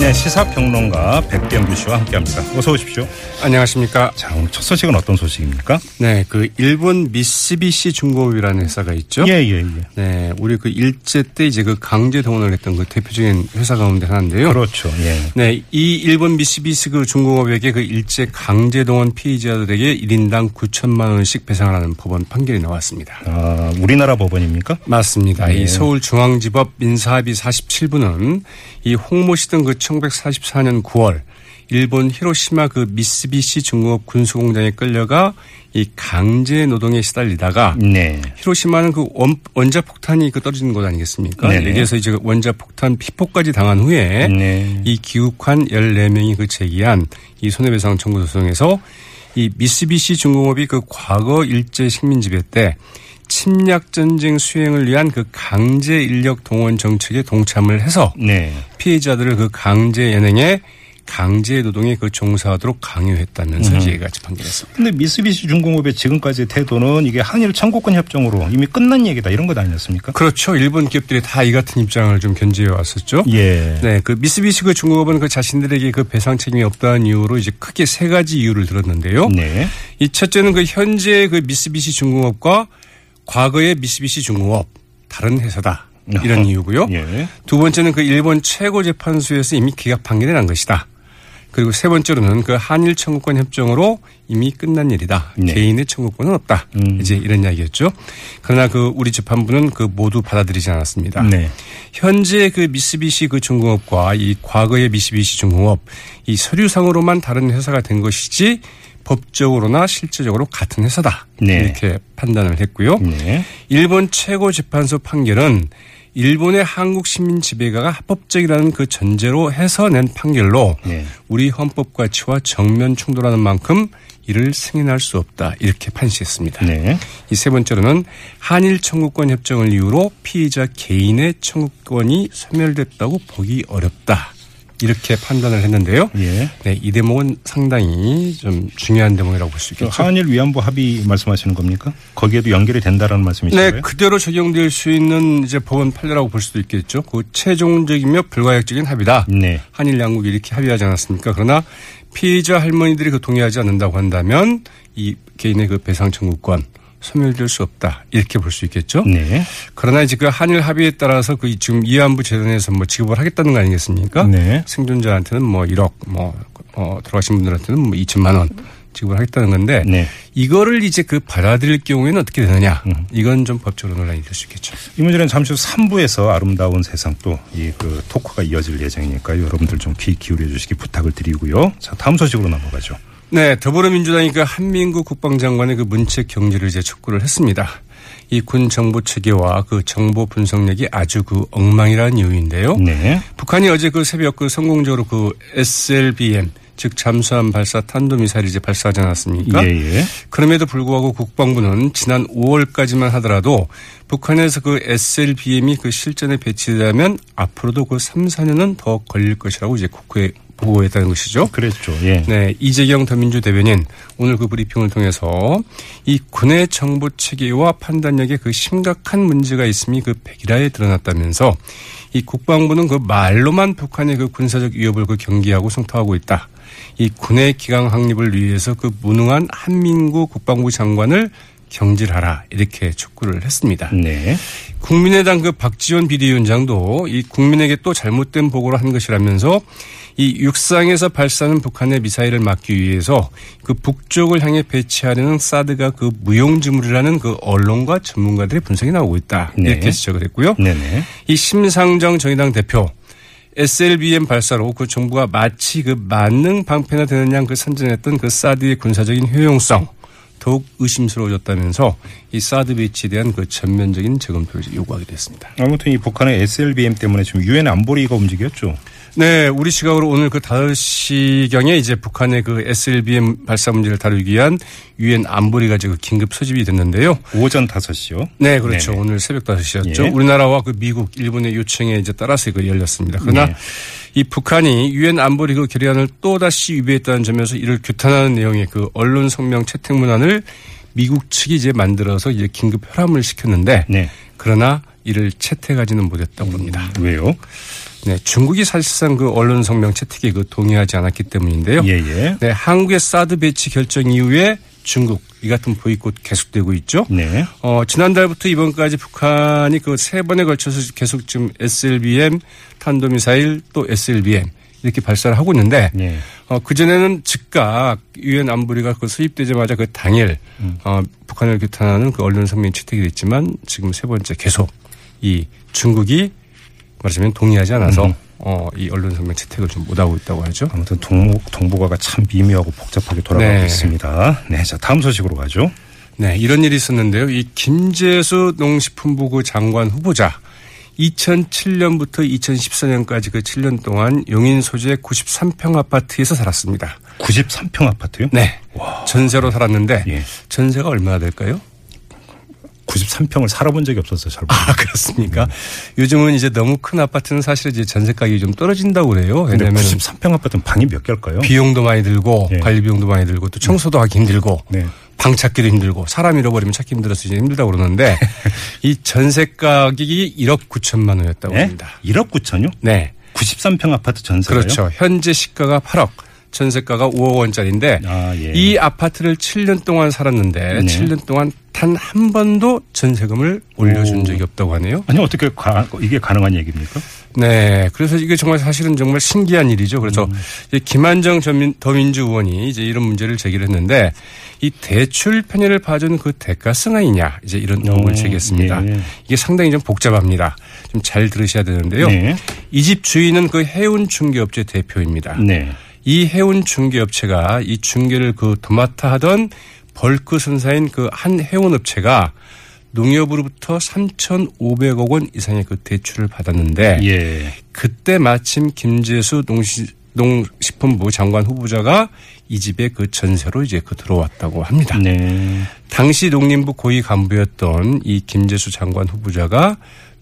네, 시사평론가 백병규 씨와 함께합니다. 어서 오십시오. 안녕하십니까. 자, 오늘 첫 소식은 어떤 소식입니까? 네, 그 일본 미쓰비시 중공업이라는 회사가 있죠. 예, 예, 예. 네, 우리 그 일제 때 이제 그 강제 동원을 했던 그 대표적인 회사 가운데 하나인데요. 그렇죠. 예. 네, 이 일본 미쓰비시 그 중공업에게 그 일제 강제 동원 피해자들에게 1인당 9천만 원씩 배상을 하는 법원 판결이 나왔습니다. 아, 우리나라 법원입니까? 맞습니다. 예. 이 서울중앙지법 민사합의 47부는 이 홍모 씨 등 그 1944년 9월 일본 히로시마 그 미쓰비시 중공업 군수공장에 끌려가 이 강제 노동에 시달리다가 네. 히로시마는 그 원, 원자폭탄이 그 떨어진 곳 아니겠습니까? 네네. 여기에서 이제 그 원자폭탄 피폭까지 당한 후에 네. 이 기욱한 14명이 그 제기한 이 손해배상 청구 소송에서 이 미쓰비시 중공업이 그 과거 일제 식민지배 때 침략 전쟁 수행을 위한 그 강제 인력 동원 정책에 동참을 해서 네. 피해자들을 그 강제 연행에 강제 노동에 그 종사하도록 강요했다면서 이해가 집판결했습니다. 근데 미쓰비시 중공업의 지금까지의 태도는 이게 한일 청구권 협정으로 이미 끝난 얘기다 이런 것 아니었습니까? 그렇죠. 일본 기업들이 다 이 같은 입장을 좀 견제해 왔었죠. 예. 네, 그 미쓰비시 그 중공업은 그 자신들에게 그 배상 책임이 없다는 이유로 이제 크게 세 가지 이유를 들었는데요. 네. 이 첫째는 그 현재 그 미쓰비시 중공업과 과거의 미쓰비시 중공업 다른 회사다. 이런 이유고요. 예. 두 번째는 그 일본 최고 재판소에서 이미 기각 판결이 난 것이다. 그리고 세 번째로는 그 한일 청구권 협정으로 이미 끝난 일이다. 네. 개인의 청구권은 없다. 음. 이제 이런 이야기였죠. 그러나 그 우리 재판부는 그 모두 받아들이지 않았습니다. 네. 현재 그 미쓰비시 그 중공업과 이 과거의 미쓰비시 중공업 이 서류상으로만 다른 회사가 된 것이지 법적으로나 실제적으로 같은 회사다. 네. 이렇게 판단을 했고요. 네. 일본 최고 재판소 판결은 일본의 한국 시민 지배가가 합법적이라는 그 전제로 해서 낸 판결로 네. 우리 헌법 가치와 정면 충돌하는 만큼 이를 승인할 수 없다 이렇게 판시했습니다. 네. 이 세 번째로는 한일 청구권 협정을 이유로 피해자 개인의 청구권이 소멸됐다고 보기 어렵다. 이렇게 판단을 했는데요. 예. 네, 이 대목은 상당히 좀 중요한 대목이라고 볼 수 저 있겠죠. 그 한일 위안부 합의 말씀하시는 겁니까? 거기에도 연결이 된다라는 말씀이신가요? 네, 그대로 적용될 수 있는 이제 법원 판례라고 볼 수도 있겠죠. 그 최종적이며 불가역적인 합의다. 네. 한일 양국이 이렇게 합의하지 않았습니까? 그러나 피해자 할머니들이 그 동의하지 않는다고 한다면 이 개인의 그 배상 청구권 소멸될 수 없다. 이렇게 볼 수 있겠죠. 네. 그러나 이제 그 한일 합의에 따라서 그 지금 이안부 재단에서 뭐 지급을 하겠다는 거 아니겠습니까? 네. 생존자한테는 뭐 1억 뭐 어, 돌아가신 분들한테는 뭐 2천만 원 지급을 하겠다는 건데 네. 이거를 이제 그 받아들일 경우에는 어떻게 되느냐? 음. 이건 좀 법적으로 논란이 될 수 있겠죠. 이 문제는 잠시 후 3부에서 아름다운 세상 또 이 그 토크가 이어질 예정이니까 여러분들 좀 귀 기울여 주시기 부탁을 드리고요. 자, 다음 소식으로 넘어가죠. 네, 더불어민주당이 그 한민구 국방장관의 그 문책 경제를 이제 촉구를 했습니다. 이 군 정보 체계와 그 정보 분석력이 아주 그 엉망이라는 이유인데요. 네. 북한이 어제 그 새벽 그 성공적으로 그 SLBM 즉 잠수함 발사 탄도 미사일 이제 발사하지 않았습니까? 예, 예. 그럼에도 불구하고 국방부는 지난 5월까지만 하더라도 북한에서 그 SLBM이 그 실전에 배치되면 앞으로도 그 3, 4년은 더 걸릴 것이라고 이제 국회에 보고했다는 것이죠. 그랬죠. 예. 네, 이재경 더민주 대변인 오늘 그 브리핑을 통해서 이 군의 정보 체계와 판단력에 그 심각한 문제가 있음이 그 백일화에 드러났다면서 이 국방부는 그 말로만 북한의 그 군사적 위협을 그 경계하고 성토하고 있다. 이 군의 기강 확립을 위해서 그 무능한 한민구 국방부 장관을 경질하라 이렇게 촉구를 했습니다. 네. 국민의당 그 박지원 비대위원장도 이 국민에게 또 잘못된 보고를 한 것이라면서 이 육상에서 발사하는 북한의 미사일을 막기 위해서 그 북쪽을 향해 배치하려는 사드가 그 무용지물이라는 그 언론과 전문가들의 분석이 나오고 있다 네. 이렇게 지적을 했고요. 네네. 이 심상정 정의당 대표 SLBM 발사로 그 정부가 마치 그 만능 방패나 되는 양 그 선전했던 그 사드의 군사적인 효용성 더욱 의심스러워졌다면서 이 사드 배치에 대한 그 전면적인 재검토를 요구하기도 했습니다. 아무튼 이 북한의 SLBM 때문에 지금 유엔 안보리가 움직였죠. 네, 우리 시각으로 오늘 그 5시경에 이제 북한의 그 SLBM 발사 문제를 다루기 위한 유엔 안보리가 지금 긴급 소집이 됐는데요. 오전 5시요. 네, 그렇죠. 네네. 오늘 새벽 5시였죠. 예. 우리나라와 그 미국, 일본의 요청에 이제 따라서 이거 열렸습니다. 그러나 예. 이 북한이 유엔 안보리 그 결의안을 또다시 위배했다는 점에서 이를 규탄하는 내용의 그 언론 성명 채택문안을 미국 측이 이제 만들어서 이제 긴급 협람을 시켰는데 네. 그러나 이를 채택하지는 못했다고 합니다. 아, 왜요? 네, 중국이 사실상 그 언론 성명 채택에 그 동의하지 않았기 때문인데요. 예, 예. 네, 한국의 사드 배치 결정 이후에 중국 이 같은 보이콧 계속되고 있죠. 네. 어, 지난달부터 이번까지 북한이 그 세 번에 걸쳐서 계속 지금 SLBM 탄도미사일 또 SLBM 이렇게 발사를 하고 있는데 네. 어, 그전에는 즉각 유엔 안보리가 그 수입되자마자 그 당일 어, 북한을 규탄하는 그 언론 성명 채택이 됐지만 지금 세 번째 계속 이 중국이 말하자면 동의하지 않아서 어, 이 언론 성명 채택을 좀 못하고 있다고 하죠. 아무튼 동목 동북아가 참 미묘하고 복잡하게 돌아가고 네. 있습니다. 네, 자 다음 소식으로 가죠. 네, 이런 일이 있었는데요. 이 김재수 농식품부고 장관 후보자 2007년부터 2014년까지 그 7년 동안 용인 소재 93평 아파트에서 살았습니다. 93평 아파트요? 네. 전세로 살았는데 예. 전세가 얼마나 될까요? 93평을 살아본 적이 없어서 잘 네. 모르. 아, 그렇습니까? 요즘은 이제 너무 큰 아파트는 사실 이제 전세 가격이 좀 떨어진다고 그래요. 근데 왜냐면 93평 아파트는 방이 몇 개일까요? 비용도 많이 들고 예. 관리 비용도 많이 들고 또 청소도 하기 힘들고 네. 방 찾기도 힘들고 사람 잃어버리면 찾기 힘들어서 이제 힘들다고 그러는데 이 전세 가격이 1억 9천만 원이었다고 네? 합니다. 1억 9천요? 네. 93평 아파트 전세가요? 그렇죠. 현재 시가가 8억, 전세가가 5억 원짜리인데 아, 예. 이 아파트를 7년 동안 네. 살았는데 7년 동안 단 한 번도 전세금을 올려준 오. 적이 없다고 하네요. 아니 어떻게 가- 이게 가능한 얘기입니까? 네. 그래서 이게 정말 사실은 정말 신기한 일이죠. 그래서 음. 이제 김한정 전민, 더민주 의원이 이제 이런 문제를 제기를 했는데 이 대출 편의를 봐준 그 대가 승하이냐 이제 이런 의혹을 오, 제기했습니다. 예. 이게 상당히 좀 복잡합니다. 좀 잘 들으셔야 되는데요. 네. 이 집 주인은 그 해운 중개업체 대표입니다. 네. 이 해운 중개업체가 이 중개를 그 도맡아 하던 벌크 선사인 그 한 해운업체가 농협으로부터 3,500억 원 이상의 그 대출을 받았는데 예. 그때 마침 김재수 농시, 농식품부 장관 후보자가 이 집에 그 전세로 이제 그 들어왔다고 합니다. 네. 당시 농림부 고위 간부였던 이 김재수 장관 후보자가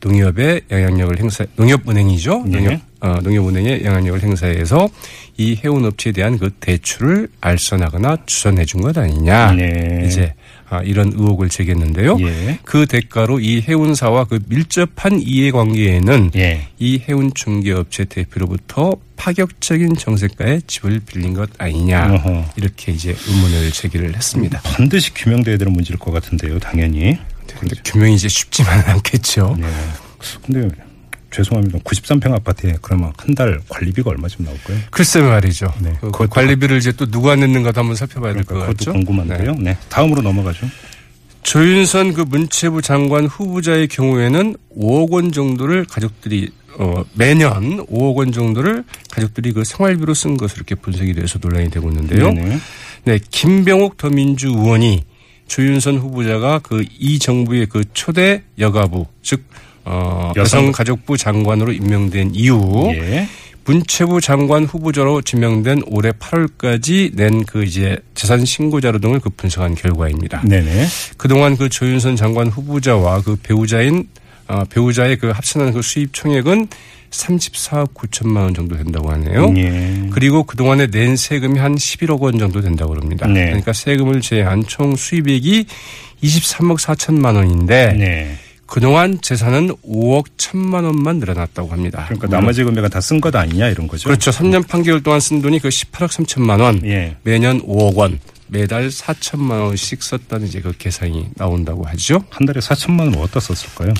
농협의 영향력을 행사 농협은행이죠. 네. 농협 어, 농협은행의 영향력을 행사해서 이 해운업체에 대한 그 대출을 알선하거나 주선해 준 것 아니냐. 네. 이제 아, 이런 의혹을 제기했는데요. 예. 그 대가로 이 해운사와 그 밀접한 이해관계에는 예. 이 해운 중개업체 대표로부터 파격적인 정세가에 집을 빌린 것 아니냐 어허. 이렇게 이제 의문을 제기를 했습니다. 반드시 규명돼야 되는 문제일 것 같은데요, 당연히. 근데 규명이 이제 쉽지만은 않겠죠. 네. 근데 죄송합니다. 93평 아파트에 그러면 한 달 관리비가 얼마쯤 나올까요? 글쎄 말이죠. 네. 그 그것도 관리비를 이제 또 누가 냈는가도 한번 살펴봐야 될 것 그러니까 같죠. 그것도 궁금한데요. 네. 다음으로 넘어가죠. 네. 조윤선 그 문체부 장관 후보자의 경우에는 5억 원 정도를 가족들이 어, 매년 5억 원 정도를 가족들이 그 생활비로 쓴 것으로 이렇게 분석이 돼서 논란이 되고 있는데요. 네네. 네, 김병옥 더민주 의원이 조윤선 후보자가 그 이 정부의 그 초대 여가부 즉 어, 여성- 여성가족부 장관으로 임명된 이후 예. 문체부 장관 후보자로 지명된 올해 8월까지 낸 그 이제 재산 신고 자료 등을 그 분석한 결과입니다. 네네. 그동안 그 조윤선 장관 후보자와 그 배우자인 어, 배우자의 그 합산한 그 수입 총액은 34억 9천만 원 정도 된다고 하네요. 예. 그리고 그동안에 낸 세금이 한 11억 원 정도 된다고 합니다. 네. 그러니까 세금을 제외한 총 수입액이 23억 4천만 원인데 네. 그동안 재산은 5억 1천만 원만 늘어났다고 합니다. 음. 그러니까 나머지 금액은 다 쓴 것 아니냐 이런 거죠. 그렇죠. 3년 8개월 동안 쓴 돈이 그 18억 3천만 원, 예. 매년 5억 원, 매달 4천만 원씩 썼다는 이제 그 계산이 나온다고 하죠. 한 달에 4천만 원을 어디다 썼을까요?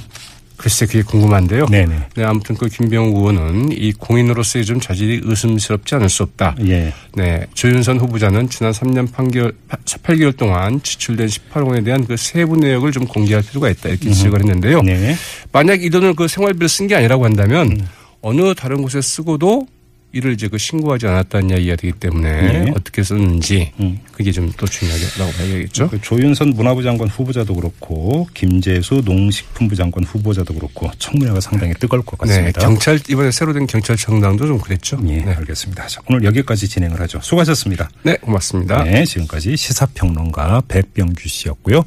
글쎄 그게 궁금한데요. 네네. 네, 아무튼 그 김병우 의원은 이 공인으로서의 좀 자질이 의심스럽지 않을 수 없다. 예. 네, 조윤선 후보자는 지난 3년 8개월, 18개월 동안 지출된 18억 원에 대한 그 세부 내역을 좀 공개할 필요가 있다 이렇게 지적을 했는데요. 네. 음. 만약 이 돈을 그 생활비로 쓴 게 아니라고 한다면 어느 다른 곳에 쓰고도 이를 이제 그 신고하지 않았다는 이야기가 되기 때문에 네. 음. 어떻게 썼는지 그게 좀 또 중요하다고 봐야겠죠. 그 조윤선 문화부 장관 후보자도 그렇고 김재수 농식품부 장관 후보자도 그렇고 청문회가 상당히 뜨거울 것 네, 같습니다. 경찰 이번에 새로 된 경찰청장도 좀 그랬죠. 예, 네. 알겠습니다. 자, 오늘 여기까지 진행을 하죠. 수고하셨습니다. 네, 고맙습니다. 네, 지금까지 시사평론가 백병규 씨였고요.